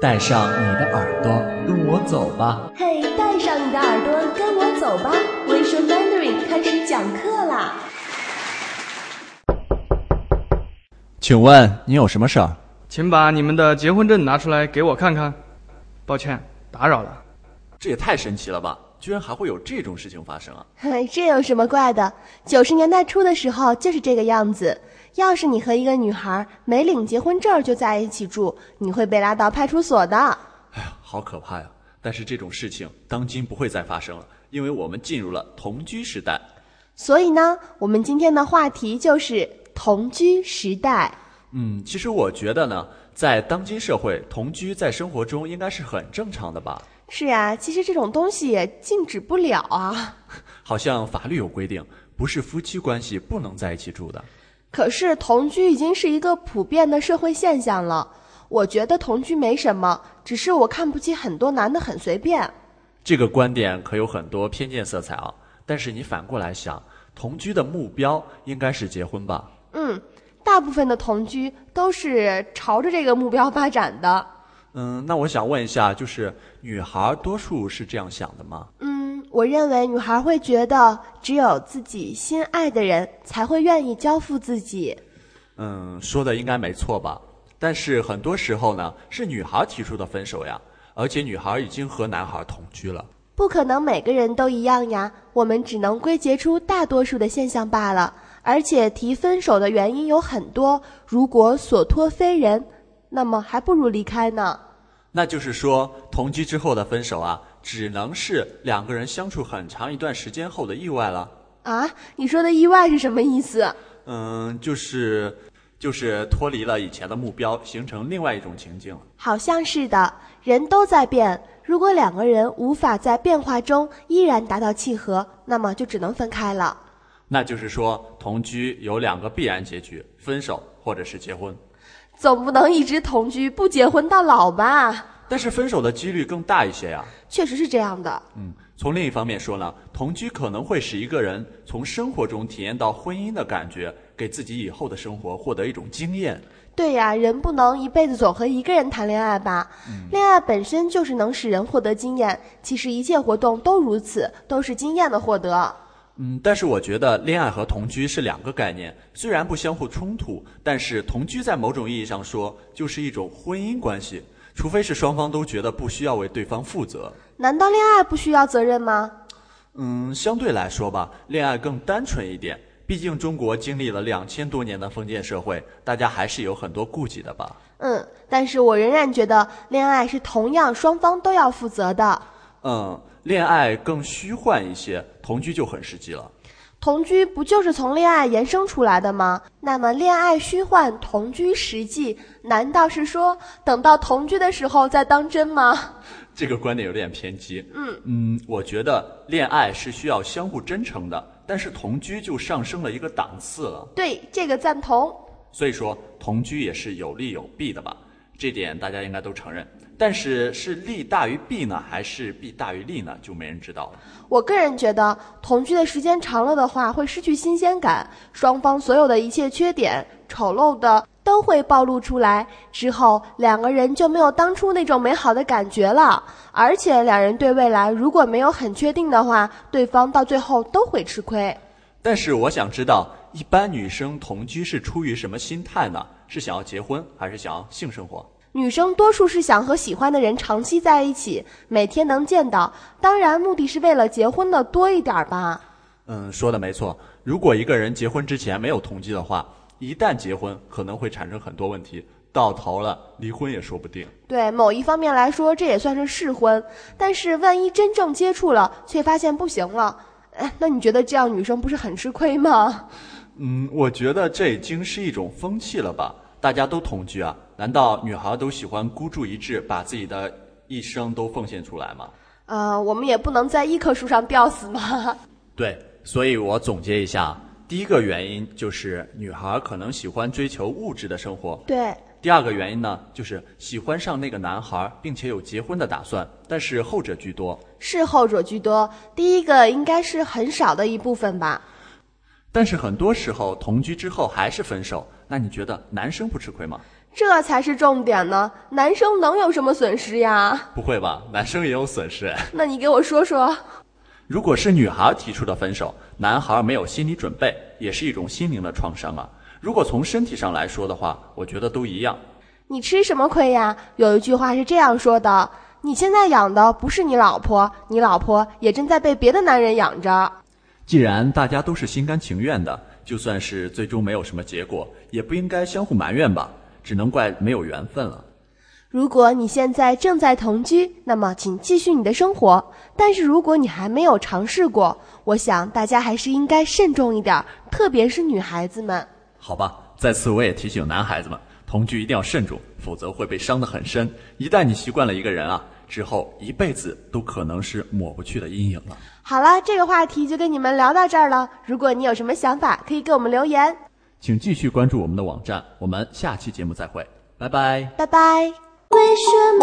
带上你的耳朵，跟我走吧。嘿，带上你的耳朵，跟我走吧！微说 Mandarin 开始讲课啦。请问你有什么事儿？请把你们的结婚证拿出来给我看看。抱歉，打扰了。这也太神奇了吧！居然还会有这种事情发生啊！嘿，这有什么怪的？九十年代初的时候就是这个样子。要是你和一个女孩没领结婚证儿就在一起住，你会被拉到派出所的。哎呀，好可怕呀！但是这种事情当今不会再发生了，因为我们进入了同居时代。所以呢，我们今天的话题就是同居时代。嗯，其实我觉得呢，在当今社会，同居在生活中应该是很正常的吧？是呀、其实这种东西也禁止不了啊。好像法律有规定，不是夫妻关系不能在一起住的。可是同居已经是一个普遍的社会现象了。我觉得同居没什么，只是我看不起很多男的很随便。这个观点可有很多偏见色彩啊！但是你反过来想，同居的目标应该是结婚吧？嗯，大部分的同居都是朝着这个目标发展的。嗯，那我想问一下，就是女孩多数是这样想的吗？嗯，我认为女孩会觉得只有自己心爱的人才会愿意交付自己。嗯，说的应该没错吧？但是很多时候呢，是女孩提出的分手呀，而且女孩已经和男孩同居了。不可能每个人都一样呀，我们只能归结出大多数的现象罢了。而且提分手的原因有很多，如果所托非人，那么还不如离开呢。那就是说，同居之后的分手啊，只能是两个人相处很长一段时间后的意外了。啊，你说的意外是什么意思？嗯，就是就是脱离了以前的目标，形成另外一种情境了。好像是的，人都在变。如果两个人无法在变化中依然达到契合，那么就只能分开了。那就是说，同居有两个必然结局：分手或者是结婚。总不能一直同居不结婚到老吧？但是分手的几率更大一些呀、确实是这样的。嗯，从另一方面说呢，同居可能会使一个人从生活中体验到婚姻的感觉，给自己以后的生活获得一种经验。对呀、人不能一辈子总和一个人谈恋爱吧？恋爱本身就是能使人获得经验，其实一切活动都如此，都是经验的获得。嗯，但是我觉得恋爱和同居是两个概念，虽然不相互冲突，但是同居在某种意义上说就是一种婚姻关系，除非是双方都觉得不需要为对方负责。难道恋爱不需要责任吗？嗯，相对来说吧，恋爱更单纯一点，毕竟中国经历了两千多年的封建社会，大家还是有很多顾忌的吧。嗯，但是我仍然觉得恋爱是同样双方都要负责的。嗯，恋爱更虚幻一些，同居就很实际了。同居不就是从恋爱延伸出来的吗？那么恋爱虚幻，同居实际，难道是说等到同居的时候再当真吗？ 这个观点有点偏激。嗯嗯，我觉得恋爱是需要相互真诚的，但是同居就上升了一个档次了。对，这个赞同。所以说，同居也是有利有弊的吧？这点大家应该都承认。但是是利大于弊呢，还是弊大于利呢？就没人知道了。我个人觉得，同居的时间长了的话，会失去新鲜感，双方所有的一切缺点、丑陋的都会暴露出来，之后两个人就没有当初那种美好的感觉了。而且两人对未来如果没有很确定的话，对方到最后都会吃亏。但是我想知道，一般女生同居是出于什么心态呢？是想要结婚，还是想要性生活？女生多数是想和喜欢的人长期在一起，每天能见到，当然目的是为了结婚的多一点儿吧。嗯，说的没错。如果一个人结婚之前没有同居的话，一旦结婚可能会产生很多问题，到头了离婚也说不定。对某一方面来说，这也算是试婚，但是万一真正接触了，却发现不行了，哎，那你觉得这样女生不是很吃亏吗？嗯，我觉得这已经是一种风气了吧？大家都同居啊，难道女孩都喜欢孤注一掷，把自己的一生都奉献出来吗？呃，我们也不能在一棵树上吊死嘛。对，所以我总结一下，第一个原因就是女孩可能喜欢追求物质的生活， 对，第二个原因呢，就是喜欢上那个男孩，并且有结婚的打算，但是后者居多。是后者居多，第一个应该是很少的一部分吧。但是很多时候同居之后还是分手，那你觉得男生不吃亏吗？这才是重点呢。男生能有什么损失呀？ 不会吧？男生也有损失。那你给我说说。如果是女孩提出的分手，男孩没有心理准备，也是一种心灵的创伤啊。如果从身体上来说的话，我觉得都一样。你吃什么亏呀？有一句话是这样说的：你现在养的不是你老婆，你老婆也正在被别的男人养着。既然大家都是心甘情愿的，就算是最终没有什么结果，也不应该相互埋怨吧。只能怪没有缘分了。如果你现在正在同居，那么请继续你的生活。但是如果你还没有尝试过，我想大家还是应该慎重一点，特别是女孩子们。好吧，在此我也提醒男孩子们，同居一定要慎重，否则会被伤得很深。一旦你习惯了一个人啊，之后一辈子都可能是抹不去的阴影了。好了，这个话题就跟你们聊到这儿了。如果你有什么想法，可以给我们留言。请继续关注我们的网站，我们下期节目再会，拜拜。拜拜。为什